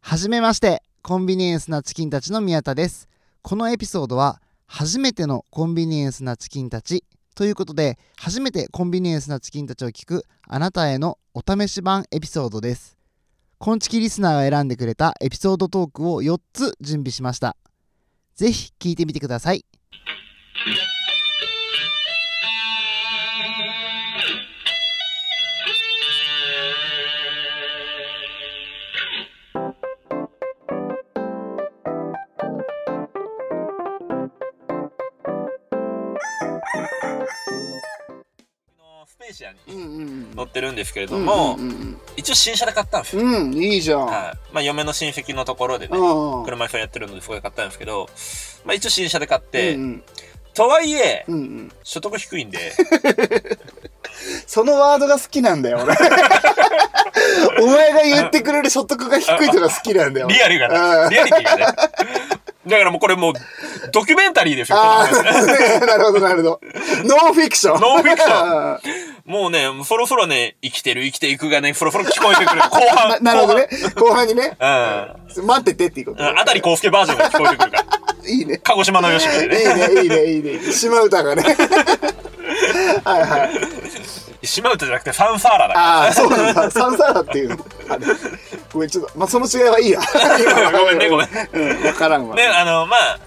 はじめましてコンビニエンスなチキンたちの宮田ですこのエピソードは初めてのコンビニエンスなチキンたちということで初めてコンビニエンスなチキンたちを聞くあなたへのお試し版エピソードですコンチキリスナーが選んでくれたエピソードトークを4つ準備しましたぜひ聞いてみてくださいのスペーシアにうんうん乗ってるんですけれうどんも、うんうん一応新車で買ったんですよ、うん、うんいいじゃん。はいまあ、嫁の親戚のところでね、うん車椅子をやってるのでそこで買ったんですけど、まあ、一応新車で買っうて、んとはいえうんうん、所得低いんでそのワードが好きなんだよ俺お前が言ってくれる所得が低いとか好きなんだよ俺リアルがなうんリアリティがねだからもうこれもうドキュメンタリーですよこのああ、話なるほど、なるほど。ノンフィクション。ノンフィクション。もうねそろそろね生きてる生きていくがねそろそろ聞こえてくる後な半 なるほどね。後半にね。後待っててっていうこと半うん。あたり康介バージョンが聞こえてくるからいいね。鹿児島のよしみいでいねね、いいね、いいね。島唄がね。はいはい。島唄じゃなくてファンファーラだああ、そうなんだ。サンサーラっていう。あれごめん、ちょっと、まあ、その違いはいいや。ごめんねごめんうん、わからんわ。ね、あの、まあ、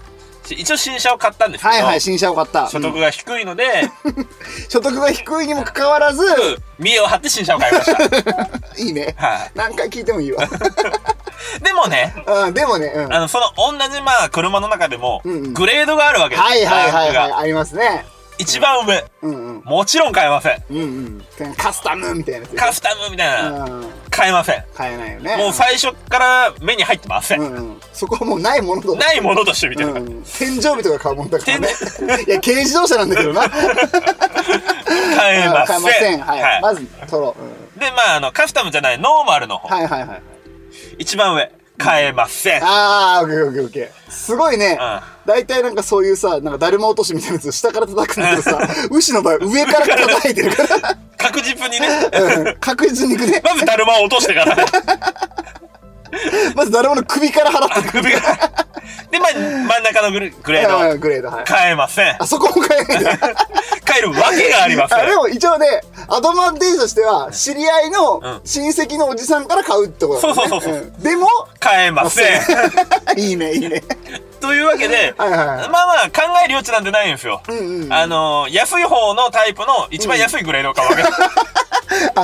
し一応新車を買ったんですけど、はいはい、新車を買った。所う得んが低い ので、所得が低いにもかかわらず、見栄を張って新車を買いました。いいね。は何回聞いてもいいわ。 でもね、うん、でもね、うん。あの、その同じ、まあ、車の中でも、うんうんグレードがあるわけです。はいはいはいラはンいク、がありますね。一番上、うんうん。もちろん買えません。うんうん。カスタムみたいなやつでしょ。カスタムみたいな、うん。買えません。買えないよね。もう最初から目に入ってません。うんうん。そこはもうないものと。ないものとしてみたいな。うん、天井日とか買うもんだからね。 いや、軽自動車なんだけどな。買 えません。買えません。はい。はいまず、取ろう、うんで、まあ、あの、カスタムじゃない、ノーマルの方。はいはいはい。一番上、買えません。うん。あー、オッケーオッケーオッケー。すごいね。大体なんかそういうさ、なんかだるま落としみたいなやつ下から叩くんだけどさ、牛の場合上から叩いてるか確実にね、ら、うん、確実にい くね。まずだるまを落としてから、まずだるまの首から払って首が。で、まあ、真ん中のグレグレくーうんド。グレード、はい。変えませんあ。そこも変えないんだ。変えるわけが ありませんあ。でも一応ね、アドバンテージとしては、知り合いうんの親戚のおじさんから買うってことだもんねそうそうそうそうんでも、変えません。 いいね、いいね。というわけで、はいはいまはあい。まあ、考える余地なんてないんですよ。うんうん。ああのー、安い方のタイプの一番安いグレードを買うわ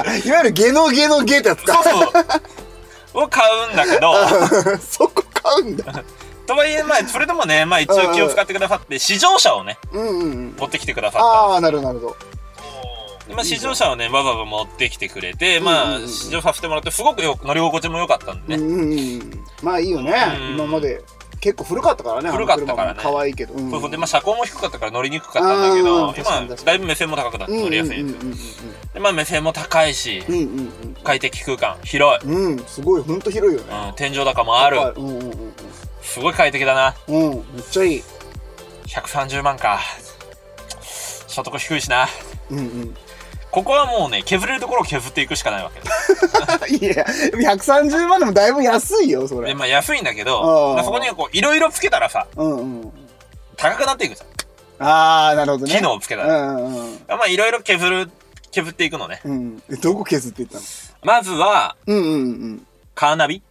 け。いわゆるゲノゲノゲってやつか。を買うんだけど、 そこ買うんだ。とはいえ、まあ、それでもね、まあ一応気を使ってくださって、試乗車をね、うんうんうん。持ってきてくださった。ああ、なるほど、なるほまあ、試乗車をね、わざわざ持ってきてくれて、まあうんうん、うん試乗させてもらって、すごくよ乗り心地も良かったんでど。うね。んうんうん。まあいいよねうん。今まで。結構古かったからね、あの古かったからね車も可愛いけど。うんそうそうで、まあ、車高も低かったから乗りにくかったんだけあどー、確かに今、確かだいにぶ目線も高くなってうんうん乗うんりうやんすいんですよ。でまあ、目線も高いし、うんうんうん快適空間、広い。うん。うん、すごい、ほんと広いよね。うん、天井高もあはいる。うんうんうんすごい快適だな。うん。うん、めっちゃいい。 130万か。所得低いしな。うんうん。ここはもうね、削れるところを削っていくしかないわけ。いや、130万でもだいぶ安いよ、そで、れ。まあ、安いんだけあど、ーまあそこにこう、いろいろつけたらさ、うんうん。高くなっていくじゃん。ああ、なるほどね。機能をつけたら。うんうんまあ、いろいろ削る、削っていくのね。うん。うん。えどこ削っていったのまずは、うんうんうん。カーナビ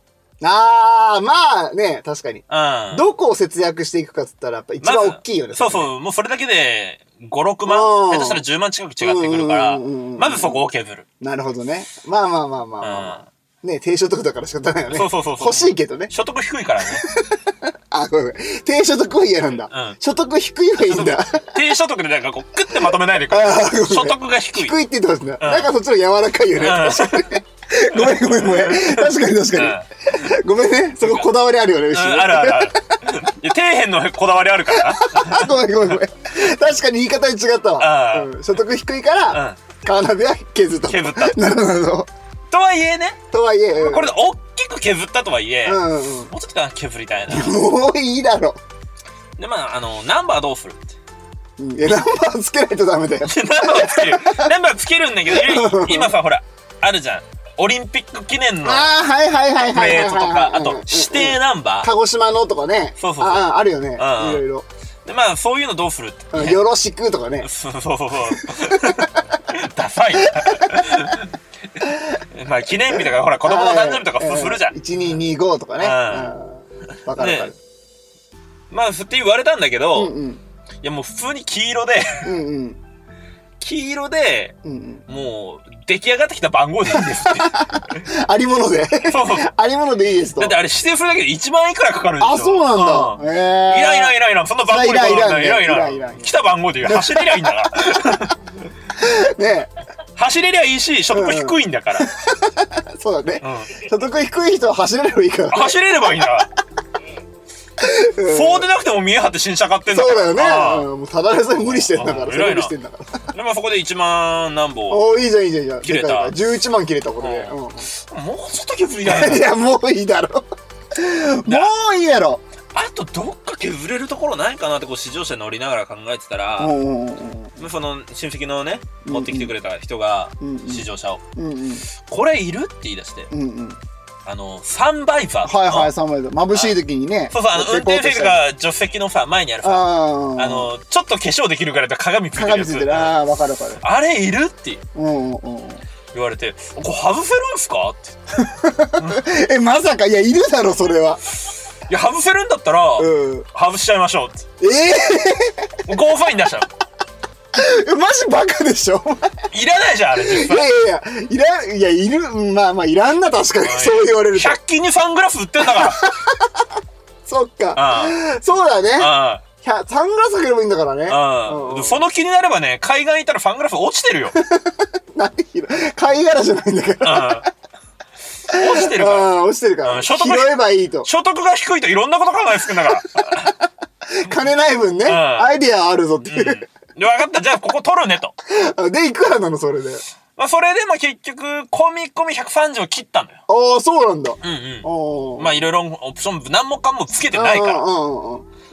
ああ、まあね、確かに。うん。どこを節約していくかっつったら、やっぱ一まず番大きいよね。そうう。そう。もうそれだけで、5、6う万、ん下手したら10万近く違ってくるから、うんうんうんうんまずそこを削る。なるほどね。まあまあまあまあまあまあ。ね、低所得だから仕方ないよね。そうそうそうそう欲しいけどね。所得低いからね。あ、ごめんごめん。低所得は嫌なんだ。うん所得低いはいいんだ。低所得でなんかこう、クッてまとめないでくれあーごめん所得が低い。低いって言ってますね。うんなんかそっちの柔らかいよね。確かに。ごめんごめんごめん。確かに確かに。ごめんね。そここだわりあるよね、うん、牛ねあるあるある。いや、底辺のこだわりあるからあ ごめんごめんごめん。確かに言い方に違ったわ。あーうん所得低いから、な。うん。カーナビは削った。削ったなるほどなるほど。とはいえね、とはいえ、うんこれで大きく削ったとはいえ、うもんうんうん。うちょっと削りたいな。もういいだろ。で、まあ、あの、ナンバーどうするって。うんいや、ナンバーつけないとダメだよ。ナンバーをつける。ナンバーつけるんだけど、ゆい今さ、ほら、あるじゃん。オリンピック記念のああ、はいはいはいプはいはいレはーいトはといはい。か、あと指定ナンバー。鹿児島のとかね。そうそうそうあああるよね。いんうんろいろ。で、まあ、そういうのどうするってうんよろしくとかね。そうそうそう。ダサい。まあ、記念日とか、ほら、子供の誕生日とかふするじゃん。 1225とかね。ううんんわかるわでかる。、まあ、ふって言われたんだけうど、んうん。いや、もう普通に黄色で、 うんうん。黄色で、うんうん。もう、出来上がってきた番号でいいです っありもので。 て。そうそう。ありものでいいですとだっ。てあれ指定するだけで1万いくらかかるでしょ。あ、そうなんんだ。ええ。いらんいらんいらんいらん。そんな番号でいらんいらいんらんいらんいらんいらん来た番号でいい走れりゃいいんだから。 ね走れりゃいいし、所得低いんだ から。えそうだね。うん所得低い人は走れればいいからね。走れればいいんだから。うんそうでなくても見え張って新車買ってんだかそら。うだあよね。うんもうただでさえ無理してんだうかんら。そ偉れい無な理してんだから。あでもそこで1万何本。もおおいいじゃんいいじゃんいいじゃん。切れたでかいでかい11万切れたことで。うんうんうちょっと削りたい いな。や、もういいだろ。もういいやろ。あとどっか削れるところないかなってこう試乗車乗りながら考えてたら、うんうんうんその親戚のね、うん持ってきてくれた人がうん試乗車を、うんうんこれいるって言い出して、うんうん。あの、サンバイザーってはいはい、い。三枚だ。眩しい時にね。そうそう、あの、運持っていこう転とし席たら。が助手席のさ、前にあるさ、あーあ、の、ちょっと化粧できるからいって鏡ついてる鏡やつつ。いてる。ああ、わかるわかる。あれいるってうんうんうん。言われて、これ外せるんすかって。え、まさか、いや、いるだろ、それは。いや、外せるんだったら、うん。外しちゃいましょうって。えゴーファイン出したの。え、 マジバカでしょ いらないじゃん、あれい実際。やいやいや、いらん、いや、いる、うんまあまあ、いらんな、確かに。はいそう言われると。 100均にサングラス売ってんだから。そっかあ。そうだね。あひゃサングラスかければいいんだからね。あうんううんん。その気になればね、海岸行ったらサングラス落ちてるよ。何貝殻じゃないん だから。うん落ちてるから。ああ、落ちてるかうら。ん拾所得えばいいと。所得が低いといろんなこと考えつくんだから。金ない分ね、んアイディアあるぞっていううん。で、分かった。じゃあ、ここ取るねと。あで、いくらなのそれで。まあ、それで、まあ、結局、込み込み130を切ったんだよ。ああ、そうなんだ。うんうん。おまあ、いいろいろオプション、何もかもつけてないから。ら。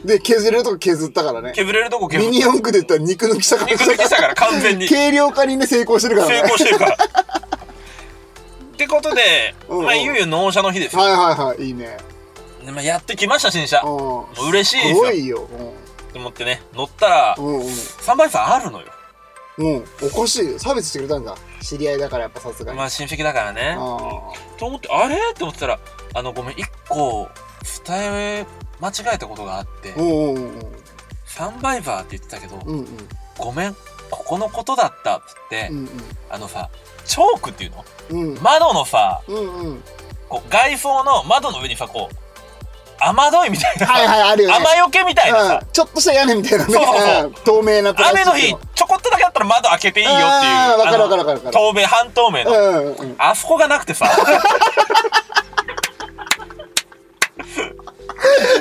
で、削れるとこ削ったからね。削れるとこ削る。ミニ四駆で言ったら肉抜きしたから肉抜きしたから、完 全に。軽量化にね、成功してるから成ね。功して るから。ってことで、うんうんまあ、いよいよ納車の日ですよ。はいはいはい、いいね。でまあ、やってきました、新車。うん。もう嬉しいですすよごいよ。って思ってね、乗ったらう、ん。うんうん。サンバイザーあるのよ。うん。おかしいよ。差別してくれたんだ。知り合いだから、やっぱさすがに。まあ、親戚だからね。あと思って、あれって思ってたら、あの、ごめん、一個、伝え間違えたことがあってーう、んうんうんサンバイザーって言ってたけど、うん。うんうん。ごめん、ここのことだったってってう、んあのさ、チョークっていうのうん。うん窓のさ、うんうん。こう外装の窓の上にさ、こう、雨どいみたいな、はいはい、あるよね。雨よけみたいなさ、うんちょっとした屋根みたいなねそうそうそううん透明なプラスチ雨ックの日、ちょこっとだけだったら窓開けていいよっていう、あーわかるわかるわかるあの透明、半透明の、うんうんうんあそこがなくてさ、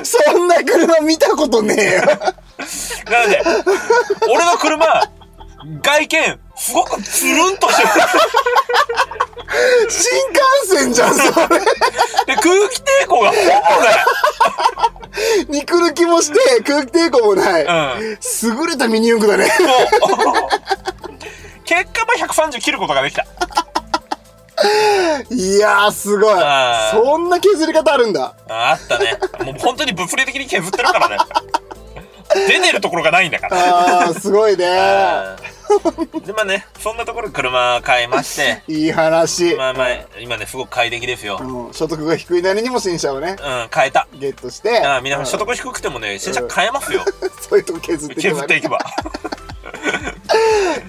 そんな車見たことねえよなので、俺の車、外見、すごくつるんとしてる。新幹線じゃんそれで、空気抵抗がほぼない。肉抜きもして空気抵抗もない、うん。優れたミニ四駆だね そう。結果、まあ130切ることができた。いやーすごいあーそんな削り方あるんだああったね。もう本当に物理的に削ってるからね。出てるところがないんだから。あーすごいねうんで、まあね、そんなところ車買いまして、いい話、まあまあ、今ね、すごく快適ですよ。うん、所得が低いなりにも新車をねうん、買えた。ゲットしてあ皆さん所うん得低くてもね、新車買えますよ。 そういうとこ削っていけ削ばっていねけば。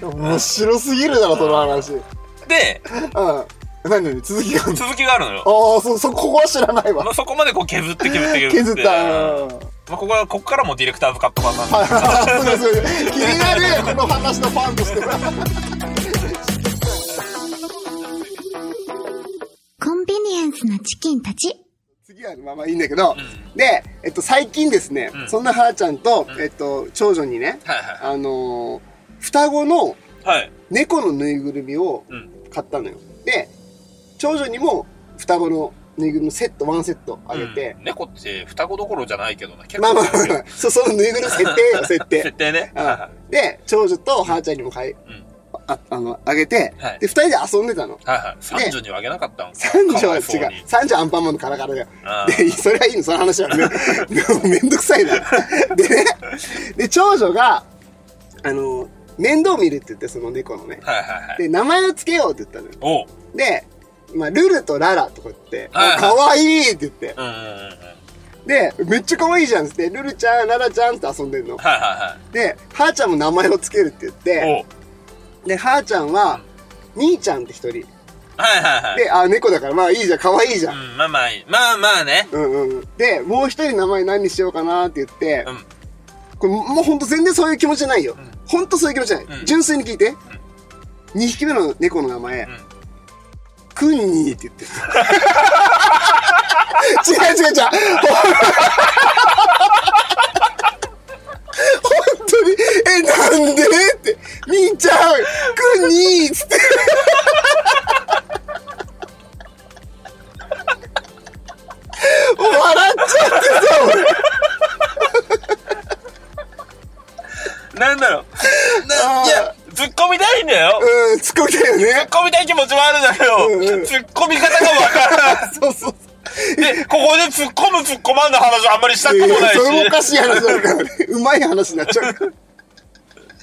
面白すぎるだろその話うんで、何何続きがあるの続きがあるのよ。ああそそこは知らないわまあ、そこまでこう削って削って削削っ。ってた。ううんん まあ、ここは、ここからもディレクターズカット版なんで。すごいすごい気になるこの話のファンとしては。 コンビニエンスなチキンたち。次はまあまあいいんだけど、うで、えっと、最近ですね、うんそんなはーちゃんと、えっと、長女にね、はいはあのー双子のいはい。はい。猫のぬいぐるみをうん。買ったのよ。で、長女にも双子のぬいぐるみのセット、ワンセットあげて、うん猫って双子どころじゃないけどな。結まあまあまあ強まいあ、 そそのぬいぐるみ設定よ、設定設。定ね。うんで、長女とはーちゃんにも買い、うんああの、あげて、はいで、二人で遊んでたの。はいはい。三女にはあげなかったんか。三女かはわ違いうそうに。。三女はアンパンマンのカラカラだよ。あーで、それはいいの、その話は。めめんどくさいな。でね、で、長女が、あの、面倒見るって言って、その猫のね。はいはいはい。で、名前をつけようって言ったのよ。おう。で、まあ、ルルとララとか言って、はいかわいいって言って。うんうんうんうん。はいで、めっちゃかわいいじゃんっつって、ルルちゃん、ララちゃんって遊んでんの。はで、はーちゃんも名前をつけるって言っいはい。おて、う。で、はーちゃんは、兄ちゃんって一人。はいはいはい。で、あ、猫だから、まあいいじゃん、かわいいじゃん。うん、まあまあいい、まあまあね。うんうんうん。で、もう一人名前何にしようかなって言って、うんこれもうほんと全然そういう気持ちじゃないよ。んほんとそういう気持ちじゃない。うん純粋に聞いて。二2匹目の猫の名前、んクンニーっ て言ってる。違う違う違う。本当に、え、なんでって、みーちゃん、くんにーっつって。笑っちゃってさ、俺。なんだろう。 あなーいや、突っ込みたいんだよ。うん、突っ込みたいよね。突っ込みたい気持ちもあるんだけど、うんうん突っ込み方がわからない。そうそうそう。 で、ここで突っ込む突っ込まんの話あんまりしたくもいなやいし。それもおかしい話になるからね。うまい話になっちゃうから。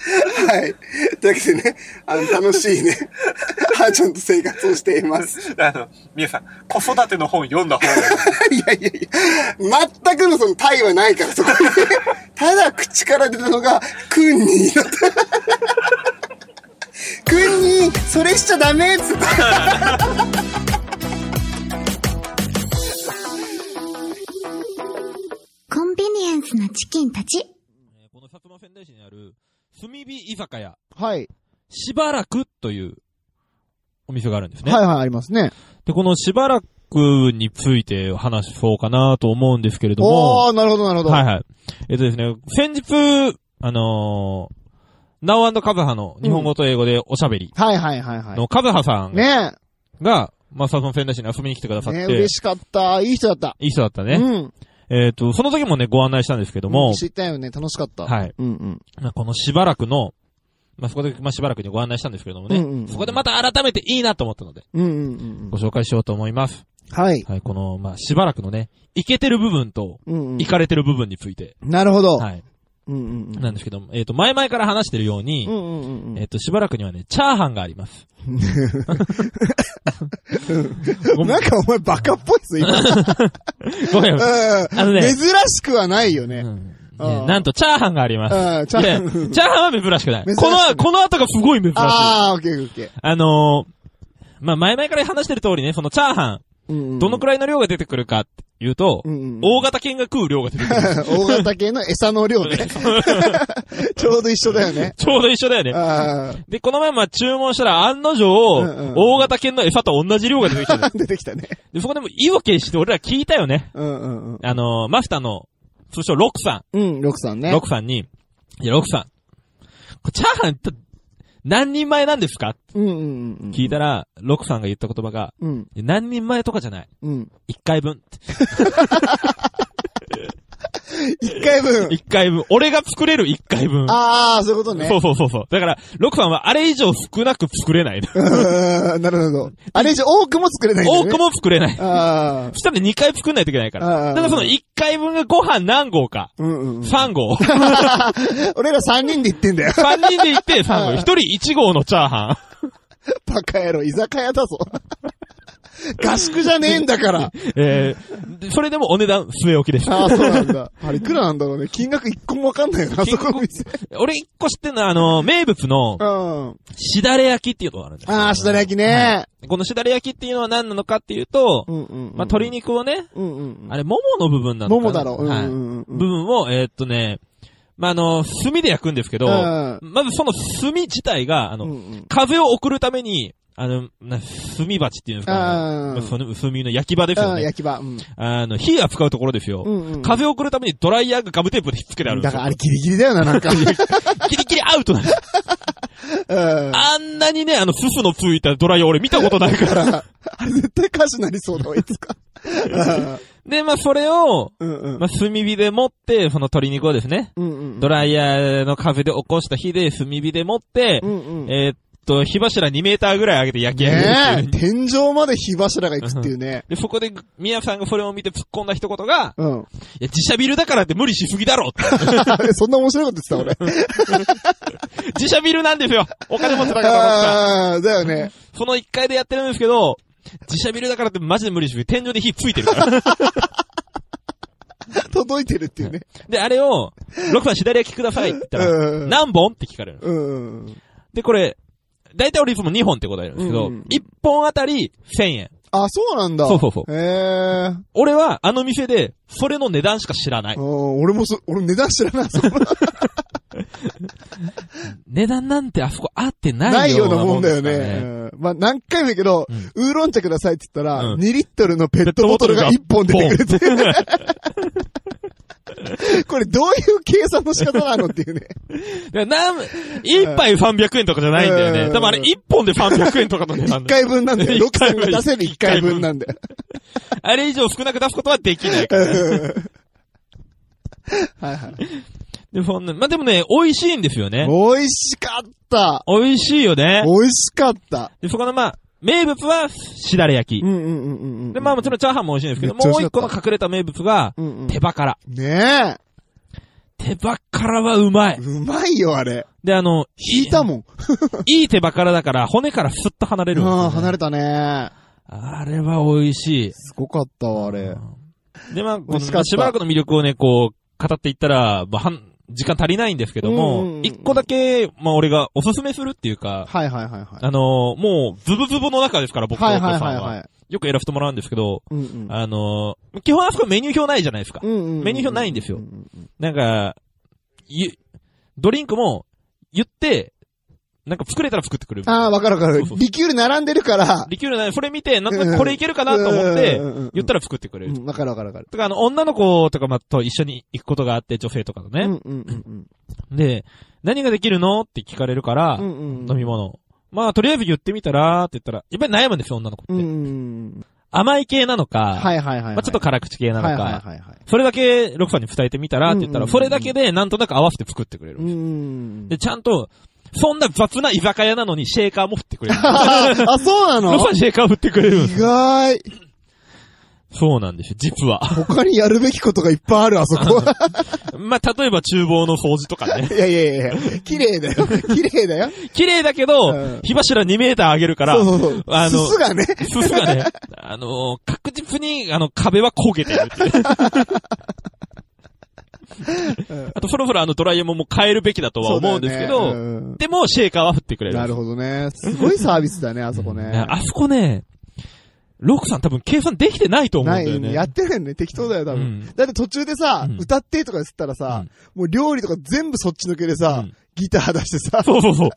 はい。というわけでね、あの、楽しいね、はーちゃんと生活をしています。あの、皆さん、子育ての本読んだ方がいい。いやいやいや、全くのその体はないから、そこに。ただ口から出たのが、クンニーだった。クンニー、それしちゃダメっつって。コンビニエンスなチキンたち。えーこの薩摩仙台市にある、炭火居酒屋、はい。しばらくというお店があるんですね。はいはい、ありますね。で、このしばらくについて話そうかなと思うんですけれども、おー、なるほどなるほど。はいはい。えっとですね、先日、あのー、ナオカズハの日本語と英語でおしゃべりはいはいはいはい。のカズハさんが、ねまあ、薩摩仙台市に遊びに来てくださっねて、嬉しかった。いい人だった。いい人だったね。うん。えっと、その時もね、ご案内したんですけども、知ったよね。楽しかった。はい。うんうん。まあ、このしばらくの、まあ、そこで、まあ、しばらくにご案内したんですけれどもね、うんうんうんそこでまた改めていいなと思ったので、うんうんうんご紹介しようと思います。うん。はい。はい、この、まあ、しばらくのね、いけてる部分と、うんうんい。かれてる部分について、なるほど。はい、うんうんうん。なんですけども、えっ、と、前々から話してるように、うんうんうんうんえっ、と、しばらくにはね、チャーハンがあります。ごめなんん、かお前バカっぽいぞ、今。ごめん。うあのん。 ね珍しくはないよね。うんあーねなんと、チャーハンがあります。あーチャーハンでチャーハンは珍しくない。珍しくこないの、この後がすごい珍しい。あああ、オッケーオッケー。のーまあ、前々から話してる通りね、そのチャーハン、うんうんどのくらいの量が出てくるかっていうと、うんうん大型犬が食う量が出てくる。 大型系の餌の量ね。 ちょうど一緒だよね。ちょうど一緒だよね。 ああ、で、このまま注文したら案の定、んうん大型犬の餌と同じ量が出てきたんです。出てきたね。で、そこでも意を決して俺ら聞いたよね。うんうんうん。あのーマスターの、通称ロックさうん、六さんん。ねロッ。クさんに、いや、ロックさん、これチャーハンって何人前なんですかってうんうんうんうん。聞いたら、ロックさんが言った言葉が、うんいや何人前とかじゃない。うん。一回 分。一回分。一回分。俺が作れる一回分。ああ、そういうことねそ。うそうそうそう。だから、ロックさんはあれ以上少なく作れない。うんなるほど。あれ以上多くも作れないんだ多よね。くも作れない。ああそ。したら2回作んないといけないから。ああだからその1回分がご飯何合か。うんうんうん。 3合。 俺ら三人で行ってんだよ。 3人で行って3ああ合。1人1合のチャーハン。バカ野郎、居酒屋だぞ。合宿じゃねえんだから。えーでそれでもお値段据え置きです。ああ、そうなんだ。 あれ、いくらなんだろうね。金額一個もわかんないよな、あそこの店。俺1個知ってんのは、あの、名物のう、ん。しだれ焼きっていうのがあるんですああ、しだれ焼きね。き。このしだれ焼きっていうのは何なのかっていうと、うんうんうん。まあ、鶏。肉をね、うんうん。あれれ、ももの部分なのもかなもだろ。うんはい。うんう部ん。分を、えーっとね、まあ、あの、炭で焼くんですけど、うんまずその炭自体が、あうの、んうん。風を送るために、あの、な炭鉢っていうんですか、うね、んその炭の焼き場ですようん、ね。焼き場。うん。あの、火扱うところですよ。うんうん風を送るためにドライヤーがガムテープでひっつけてあるんでだすからよ。あれギリギリだよな、 なんか。キリキリアウトなんです。うん。ああんなにね、あの、すすのついたドライヤー俺見たことないから。れ絶対歌手になりそうだわ、いつか。で、まあ、それを、うんうんまあ、炭火で持って、その鶏肉をですね、うんうん。ドライヤーの風で起こした火で炭火で持って、うんうん。えーっと、火柱2メーターぐらい上げて焼き上げるっていうねえ、天井まで火柱が行くっていうね。で、そこで、みやさんがそれを見て突っ込んだ一言が、うん。 いや、自社ビルだからって無理しすぎだろって あれそんな面白いこと言ってた、俺。自社ビルなんですよお金持ってたから僕らああ、だよね。その1階でやってるんですけど、自社ビルだからってマジで無理しすぎ天井に火ついてる から。届いてるっていうね。で、あれを、6番左焼きくださいって言ったら、うん。何本って聞かれる。うん。で、これ、大体俺いつも2本って答えるんですけど、うんうん1本あたり1000円。あ、そうなんだ。そうそうそうへえ。俺はあの店で、それの値段しか知らないうん。俺もそ、俺値段知らない。そんな値段なんてあそこあって ないないよよううななももんんだですよねか。らうね。んまあ何回も言うけど、ウーロン茶くださいって言ったら、うん2リットルのペットボトルが1本出てくるって。 これどういう計算の仕方なのっていうね。 だからなん、一杯300円とかじゃないんだようね。ん多分あれ一本で300円とかの値段1だよ回分なんだよ。一回6000分が出せる1回分なんだよ。あれ以上少なく出すことはできないから。はいはい。で、そんな、まあ、でもね、美味しいんですよね。 美味しかった。美味しいよね。美味しかった。で、そこのまあ、名物は、しだれ焼うき。んうんうんうんうん。で、まあもちろんチャーハンも美味しいんですけど、めっちゃ美もう味し一か個ったの隠れた名物が、うんうん手羽から。ね手羽からはうまえ。い。うまいよ、あれ。で、あの、引いたもん。いい手羽からだから、骨からスッと離れるんですよあね、あ、離れたね。あれは美味しい。すごかったわ、あれ。で、まあ、こ美味しかっの、たしばらくの魅力をね、こう、語っていったら、まあ、はん時間足りないんですけどうんうんうもん、一個だけ、まあ、俺がおすすめするっていうか、はいはいはいはあのーもう、ズブズブの中ですから、い。僕とお父はいさんは。はいはいはい。よく選ばせてもらうんですけど、うんうん。あのー基本あそこメニュー表ないじゃないですか。うんうんうんメニュー表ないんですよううんなんか、ゆ、ドリンクも、言って、なんか作れたら作ってくる。ああ、わかるわかるそうそ。うリキュール並んでるから。リキュールない、それ見て、なんとなくこれいけるかなと思っうんうんうんうんて、言ったら作ってくれうる。ん、わかるわかるわかる。とか、あの、女の子とか、まあ、と一緒に行くことがあって、女性とかとうんうね。んうんで、何ができるのって聞かれるから、うん。うんうん。飲み物。まあ、とりあえず言ってみたら、って言ったら、やっぱり悩むんですよ、女の子って。うんうんうん。甘い系なのか、はいはいはいはい。まあ、ちょっと辛口系なのか、はいはいはいはい。それだけ、ロクさんに伝えてみたら、って言ったうんら、うんうんそれだけで、なんとなく合わせて作ってくれうんうる。んうんで、。ちゃんと、そんな雑な居酒屋なのに、シェーカーも振ってくれる。 あー、あそうなロクのさんシェーカー振ってくれるんで意す。外。そうなんですよ、実は。 他にやるべきことがいっぱいある、あそこ。まあ、例えば厨房の掃除とか ねい。やいやいやいや綺麗だよ。 綺麗だよ。綺麗だけうんど、火柱2メーター上げるからそう、そうそう。あのすすがね。すすがね、あのー確実に、あの、壁は焦げてるっていう。あと、そろそろあの、ドライヤーももう変えるべきだとは思うんですけそど、うだよねうんでも、シェーカーは振ってくれる。なるほどね。すごいサービスだね、あそこね。あそこね、ロクさん多分計算できてないと思うんなだよい、ね。やってないよね。適当だよ、多う分ん。だって途中でさう、ん歌ってとか言ったらさ、もう料理とか全部そっちのけでうさん、ギター出してさ、 そうそうそう。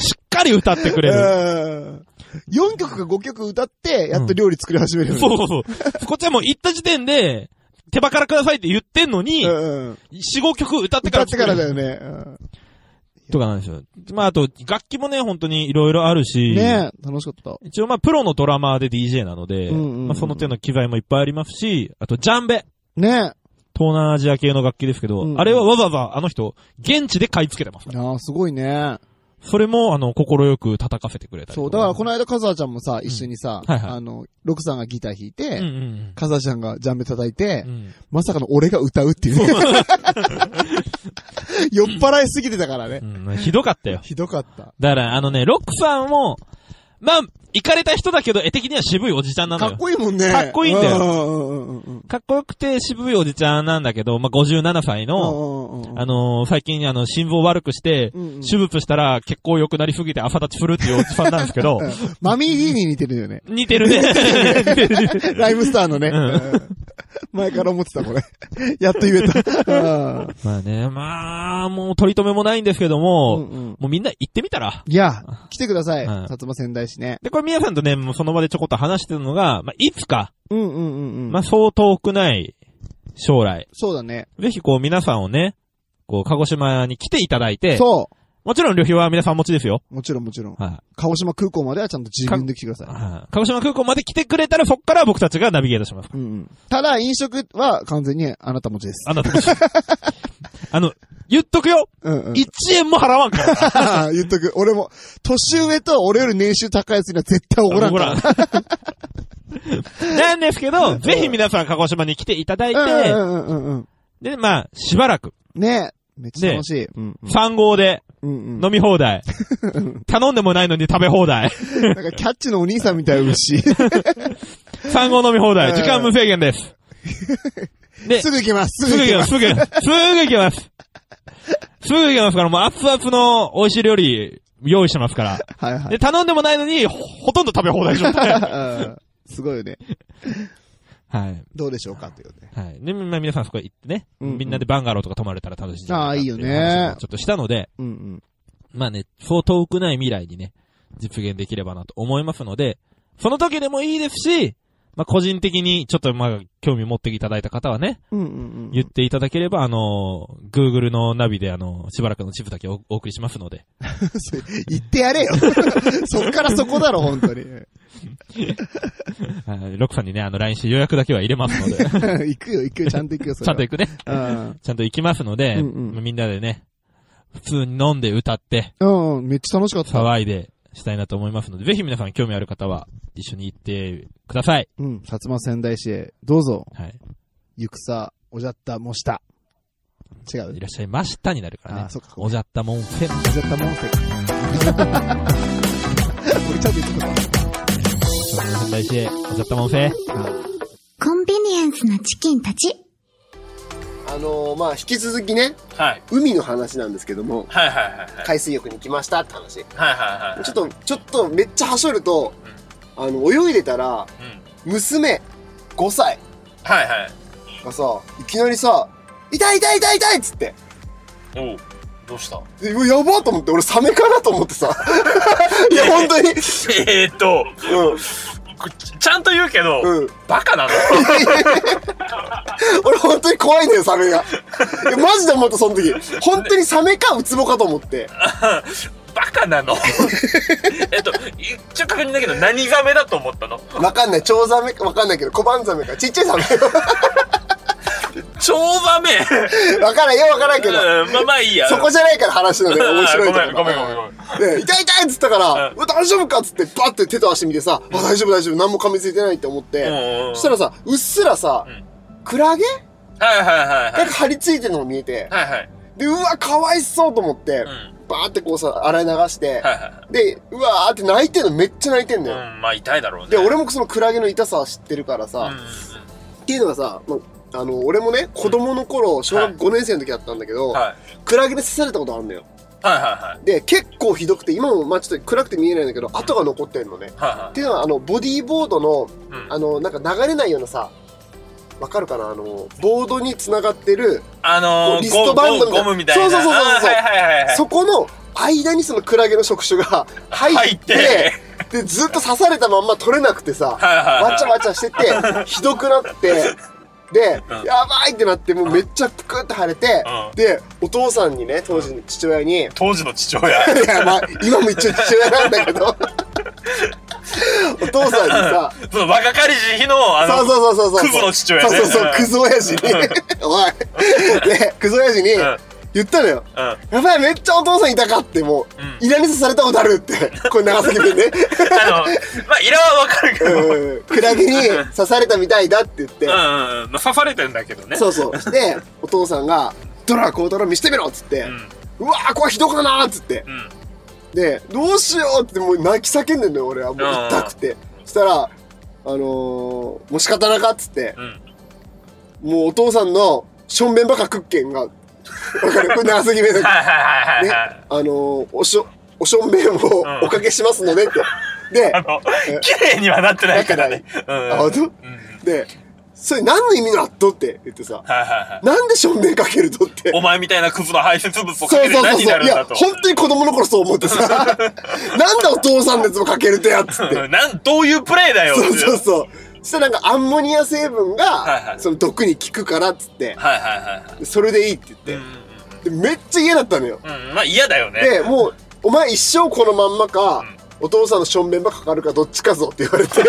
しっかり歌ってくれる。 4曲か5曲歌って、やっと料理作り始めるよね。そうそうそう。こっちはもう行った時点で、手羽からくださいって言ってんのに、うんうん四五曲歌ってか歌らってからだよ。よね。うんとかなんですよ。まあ、あと、楽器もね、本当にいろいろあるし、ねえ、楽しかった。一応まあ、プロのドラマーで DJ なので、うんうんうんまあ、その手の機材もいっぱいありますし、あと、ジャンベ。ね東南アジア系の楽器ですけど、うんうんあれはわざわざあの人、現地で買い付けてますえ。。ああ、すごいね。それも、あの、心よく叩かせてくれたりとそう、だからこの間、カズハちゃんもさ、一緒にさ、はいはいあの、ロクさんがギター弾いて、うんうんカズハちゃんがジャンベ叩いて、うん。うんまさかの俺が歌うっていうね。 酔っ払いすぎてたからね。うんひどかったよ。ひどかった。だから、あのね、ロックさんも、まあ、行かれた人だけど、絵的には渋いおじちゃんなのかよ。っこいいもんね。かっこいいんだよよ。うんうんうんかっこよくて渋いおじちゃんなんだけど、まあ、57歳の、うんうん。あのー最近あの、心臓悪くして、うんうん手術したら血行良くなりすぎて朝立ち振るっていうおじさんなんですけ ど、。マミー・ディーに似てるよね似てるね。似てる似てるライムスターのね。うんうん 前から思ってた、これ。 やっと言えた。うんまあね、まあ、もう取り留めもないんですけども、うんうんもうみんな行ってみたら。いや、来てください。うん薩摩仙台市ね。で、これ皆さんとね、もうその場でちょこっと話してるのが、まあ、いつか、うんうんうんうん。まあ、そう遠くない将来、そうだね。ぜひこう皆さんをね、こう、鹿児島に来ていただいて、そもちろん旅費は皆さん持ちですよ。う。もちろんもちろん。はい、鹿児島空港まではちゃんと自分で来てください。はい鹿児島空港まで来てくれたら、そっから僕たちがナビゲートします。 うんうんただ、飲食は完全にあなた持ちです。あなたたち。あの、言っとくようん うん。 !1 円も払わんからな。言っとく。俺も、年上と俺より年収高いやつには絶対おごらんから。ん。なんですけど、ぜひ皆さん鹿児島に来ていただいうんて、うんうんうんうん。で、まあ、しばらく、ねめっちゃ楽しい。うんうん3号でうんうん。飲み放題。頼んでもないのに食べ放題。なんかキャッチのお兄さんみたいな牛。 3号飲み放題。時間無制限です。で、すぐ行けます。すすぐぐ行行けけまますす、。すぐ行けます。すぐ行けます。すぐ行けますから、もう熱々の美味しい料理用意してますから。はいはいで、頼んでもないのに、ほほとんど食べ放題状 態。はうん。すごいよね。い。どうでしょうかっていうね。はい。で、まあ皆さんそこへ行ってね、うんうんみんなでバンガローとか泊まれたら楽しいんじゃなああかいっいてうよね話もちょっとしたので、うんうん。まあね、そう遠くない未来にね、実現できればなと思いますので、その時でもいいですし、まあ個人的にちょっとまあ興味持っていただいた方はね、うんうんう言 っん。ていただければ、あのー、Google のナビであのー、しばらくの地図だけおお送りしますので。言ってやれよ。 そっからそこだろ、本当に。 はいロックさんにね、あの、LINE して予約だけは入れます ので、行ちくよ、行くよ、ちゃんと行くよ、それゃんは。と行くね。うんちゃんと行きますので、うんうんまあみんなでね、普通に飲んで歌って、うんうん、めっちゃ楽しかった。騒いでしたいなと思いますので、ぜひ皆さん興味ある方は一緒に行ってください。うん、薩摩仙台市へ、どうぞ、はい。ゆくさ、おじゃった、もした。違うい。らっしゃいましたになるからねあ、。そっか、おじゃったもんせ。おじゃったもんせ。俺ちゃんと言ってた大事おじゃったもんせ。コンビニエンスなチキンたち。あのー、まあ、引き続きね、はい。海の話なんですけども、はいはいはいはい。海水浴に来ましたって話。ちはいはいはい。ょっと、ちょっとめっちゃはしょると、あの、泳いでたら、うん。娘、5歳はいはい。がさ、いきなりさ、痛い痛い痛い痛いっつって、おうどうしたえうわやばーと思って、俺サメかなと思っ てさ。いや、本当に。えーっと、うこちちゃんと言うけど、ん。うん。バカ なの俺本当に怖いんだよ、サメが。いやマジで思った、その時。本当にサメかウツボかと思って。バカな のえっと、一応確認だけど、何ザメだと思ったのわかんない、チョウザメかわかんないけど、コバンザメか、ちっちゃいサメ。 超ザメわからんよ、わからんけど。うん、まあまあいいや。そこじゃないから話な のよ、面白いところごめんごめんごめんごめん。で痛い痛いっつったから、ううわ大丈夫かっつって、バッて手と足見てさ、あ、大丈夫大丈夫、何も噛みついてないって思って、うんうんうんそしたらさ、うっすらさ、うんクラゲはいはいはいはない。んか張り付いてるのが見えて、はいはい。で、うわ、かわいそうと思って、うん。バーってこうさ、洗い流して、はいはで、うわーって泣いてんの、めっちゃ泣いてんいのよ。はい。うん、まあ痛いだろうね。で、俺もそのクラゲの痛さは知ってるからうんうんさ、っていうのがさ、まあ、あの、俺もね、子供の頃、小学5年生の時だったんだけど、うん。はい。クラゲで刺されたことあるのよ。はいはいはい。で、結構ひどくて、今もまあちょっと暗くて見えないんだけど、跡が残ってんのね。はいはっい。ていうのは、あの、ボディーボードの、うんあの、なんか流れないようなさ、わかるかなあの、ボードに繋がってる、あのー、リストバンドみたいなゴムゴムみたいな。そうそうそうそうそうあーはいはいはいはい。そこの間にそのクラゲの触 手が入って、入ってで、ずっと刺されたまんま取れなくてさ、はいはいはい。わちゃわちゃしてて、ひどくなって、で、うんやばいってなって、もうめっちゃぷくって腫れて、うんで、お父さんにね、当時の父親に、当時の父親。 いや、まあ、今も一応父親なんだけど、お父さんにさ、その若かりし日の、あの、そうそうそうそうそう。クズの父親ねそうそうそうう、んクズ親父に。おい。で、クズ親父にん言ったのよ。うん。あやばい、めっちゃお父さんいたかって、もうう、んいらに刺されたことあるって。 これ長崎でね。の、まあ、イラはわかるけど、うんうんうん。うんクラゲに刺されたみたいだって言って。まあ刺されてんだけどね。そうそう。で、お父さんが、ドラコードラ見してみろっつってう。ん。うわー、これひどかなーっつってう。ん。で、どうしようってもう泣き叫んでんのよ、俺は。もう痛くて。そしたら、あのー、もう仕方なかっつって。うん。もうお父さんのしょんべんばかクッケンが、わ かるこれ長すぎめだけどはいはいはいはいね、はい。あのー、おしょ、おしょんべんをんおかけしますのでって。であ、の、綺麗にはなってないからね。うん。あ、はい本当で、それ何の意味のあっとって言ってさ、はいはい。なんでしょんべんかけるとって。お前みたいなクズの排泄物をそかうけそうてそう何にそなう。いるんだや、と。本当に子供の頃そう思っ てさ、なんだお父さんのやつもかけるとやっつって。うんなん、どういうプレイだよそうそうう。そう。そしたらなんかアンモニア成分はいはいが、その毒に効くからっつって、はいはいはいはい。それでいいってう言んって。でめっちゃ嫌だったのよ。うん。うんまあ嫌だよね。で、もう、お前一生このまんまか、 お父さんのしょんべんばかかるかどっちかぞって言われて。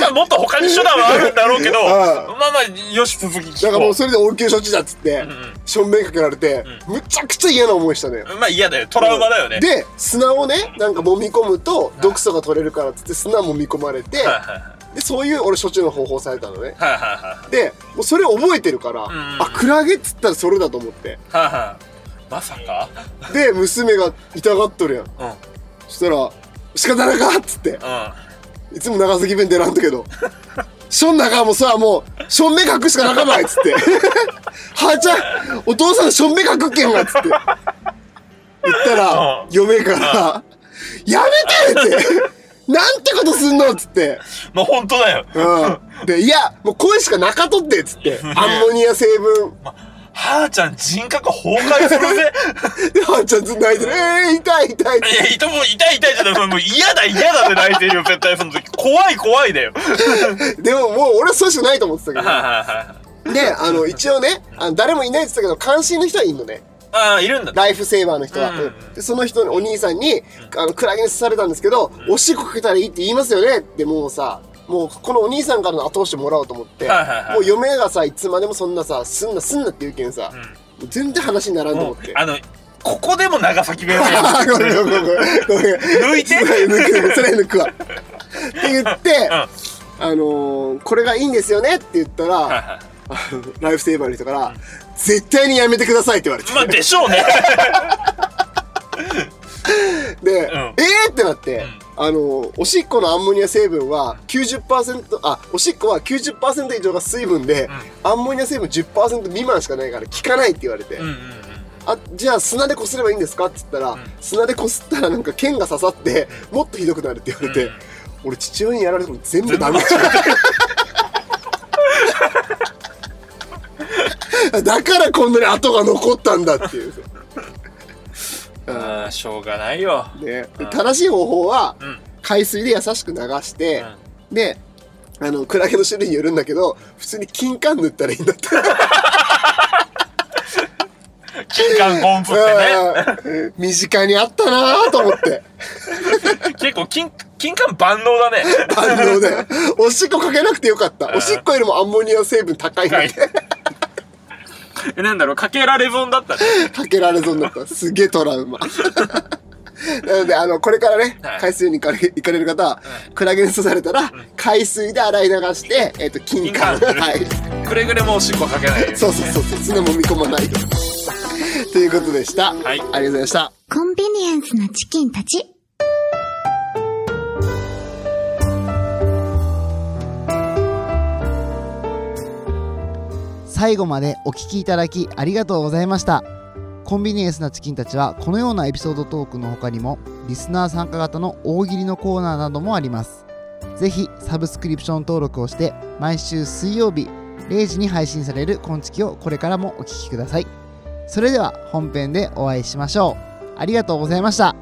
まあもっと他に手段はあるんだろうけど、うまあまあ、よし、続きだ聞からもこうそれで応急処置だっつってう。うん正面かけられて、むちゃくちゃ嫌な思いしたのようんまあ嫌だよ。トラウマだよね。で砂をねなんか揉み込むと毒素が取れるからっつって砂揉み込まれてはいはいはいでそういう俺処置の方法されたのねはいはでもうそれ覚えてるから、んあクラゲっつったらそれだと思っていはいはいはい。まさかで娘が痛がっとるやんうん。うん。そしたら「仕方なか」っつっていつも長崎弁出らんとけど「しょん中はもうさもうしょん目隠しかなかない」っつって「はーちゃんお父さんしょん目隠っけんわ」っつって言ったらうん嫁から「やめて!」って「なんてことすんの!」っつってまあ本当だよ。うんで「いやもう声しかなかとって」っつってアンモニア成分はーちゃん人格崩壊するぜ。ではーちゃんずっと泣いてる「えー、痛い痛い」っいてや、痛いもう痛い痛いじゃない。もう嫌だ嫌だって泣いてるよ、絶対その時。怖い怖いだよ。でももう俺はそうしかないと思ってたけはいどはいはい。であの一応ねあの誰もいないって言ってたけど監視の人はいんのねああ、いるんだ。ライフセーバーの人は、うんうんでその人のお兄さんに、あのクラゲに刺されたんですけど、おしっこかけたらいいって言いますよねってもうさもうこのお兄さんからの後押しもらおうと思って、はいはいはいもう嫁がさいつまでもそんなさすんなすんなって言うけんさ、もう全然話にならんとも思うって。あの、ここでも長崎弁をやあごめんごめんごめんごめん抜いてそれ抜くそれ抜くわって言って、んあのーこれがいいんですよねって言ったら、はいはいあのライフセーバーの人から、絶対にやめてくださいって言われてまあでしょうね。で、うんえーってなって、あのおしっこのアンモニア成分は90%あおしっこは90%以上が水分で、アンモニア成分10%未満しかないから効かないって言われて、うんうんうん。あじゃあ砂でこすればいいんですかって言ったら、砂でこすったらなんか剣が刺さってもっとひどくなるって言われて、うん俺父親にやられても全部ダメだ だからこんなに跡が残ったんだっていう。ああ、しょうがないよ。ね、うん正しい方法は、うん海水で優しく流して、であのクラゲの種類によるんだけど普通に金柑塗ったらいいんだって金管コンプってうん 身近にあったなぁと思ってね。結構金、金管万能だね。万能だよおしっこかけなくてよかったおしっこよりもアンモニア成分高いんだってえなんだろう、かけられ損だったね。 かけられそうになったすげえトラウ マなのであのこれからねはい海水に行かれ行かれる方はクラゲに刺されたら海水で洗い流して、えっと金柑金柑はいくれぐれもおしっこかけないようにそうそうそうそう、砂 もみ込まないと。ということでした。はいありがとうございました。コンビニエンスなチキンたち。最後までお聞きいただきありがとうございましたコンビニエンスなチキンたちはこのようなエピソードトークの他にもリスナー参加型の大喜利のコーナーなどもありますぜひサブスクリプション登録をして毎週水曜日0時に配信される「こんちき」をこれからもお聞きくださいそれでは本編でお会いしましょうありがとうございました